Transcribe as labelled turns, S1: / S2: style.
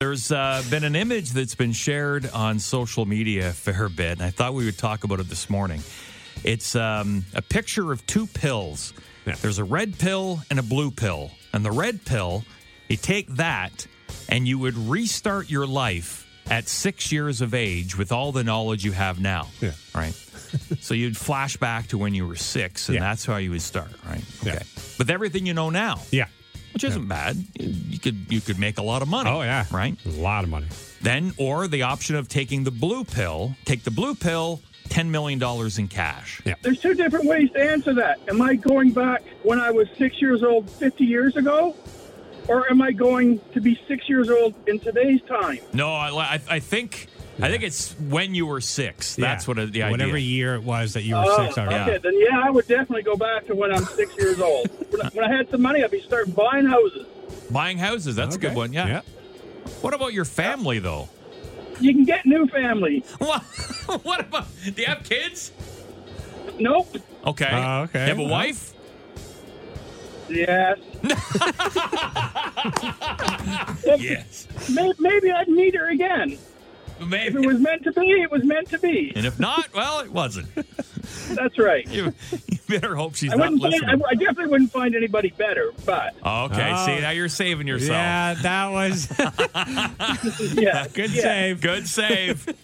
S1: There's uh, been an image that's been shared on social media a fair bit, and I thought we would talk about it this morning. It's um, a picture of two pills.
S2: Yeah.
S1: There's a red pill and a blue pill. And the red pill, you take that, and you would restart your life at six years of age with all the knowledge you have now.
S2: Yeah.
S1: Right. so you'd flash back to when you were six, and
S2: Yeah.
S1: that's how you would start. Right.
S2: Yeah.
S1: With everything you know now.
S2: Yeah.
S1: Which isn't bad. You could you could make a lot of money.
S2: Oh yeah.
S1: Right.
S2: A lot of money.
S1: Then, or the option of taking the blue pill, take the blue pill, $10 million in cash.
S2: Yeah.
S3: There's two different ways to answer that. Am I going back when I was six years old 50 years ago? Or am I going to be six years old in today's time?
S1: No, I, I, I think I think it's when you were six. That's
S2: Yeah.
S1: what it, the idea.
S2: Whatever year it was that you were
S3: Oh,
S2: six already.
S3: okay, then yeah, I would definitely go back to when I'm six years old. When, I- when I had some money, I'd be starting buying houses.
S1: Buying houses, that's a good one. Yeah. What about your family, though?
S3: You can get new family.
S1: What, what about, do you have kids?
S3: Nope.
S1: Okay.
S2: Uh, okay.
S1: You have a
S2: Uh,
S1: wife?
S3: Yes. Well,
S1: Yes.
S3: may- maybe I'd meet her again. If it
S1: Maybe.
S3: was meant to be, it was meant to be.
S1: And if not, well, it wasn't.
S3: That's right.
S1: You, you better hope she's
S3: I
S1: not
S3: wouldn't. Find,
S1: listening.
S3: I, I definitely wouldn't find anybody better. But
S1: okay.
S2: Oh.
S1: See, now you're saving yourself.
S2: Yeah, that was
S3: yeah,
S2: good
S3: yeah.
S2: save.
S1: Good save.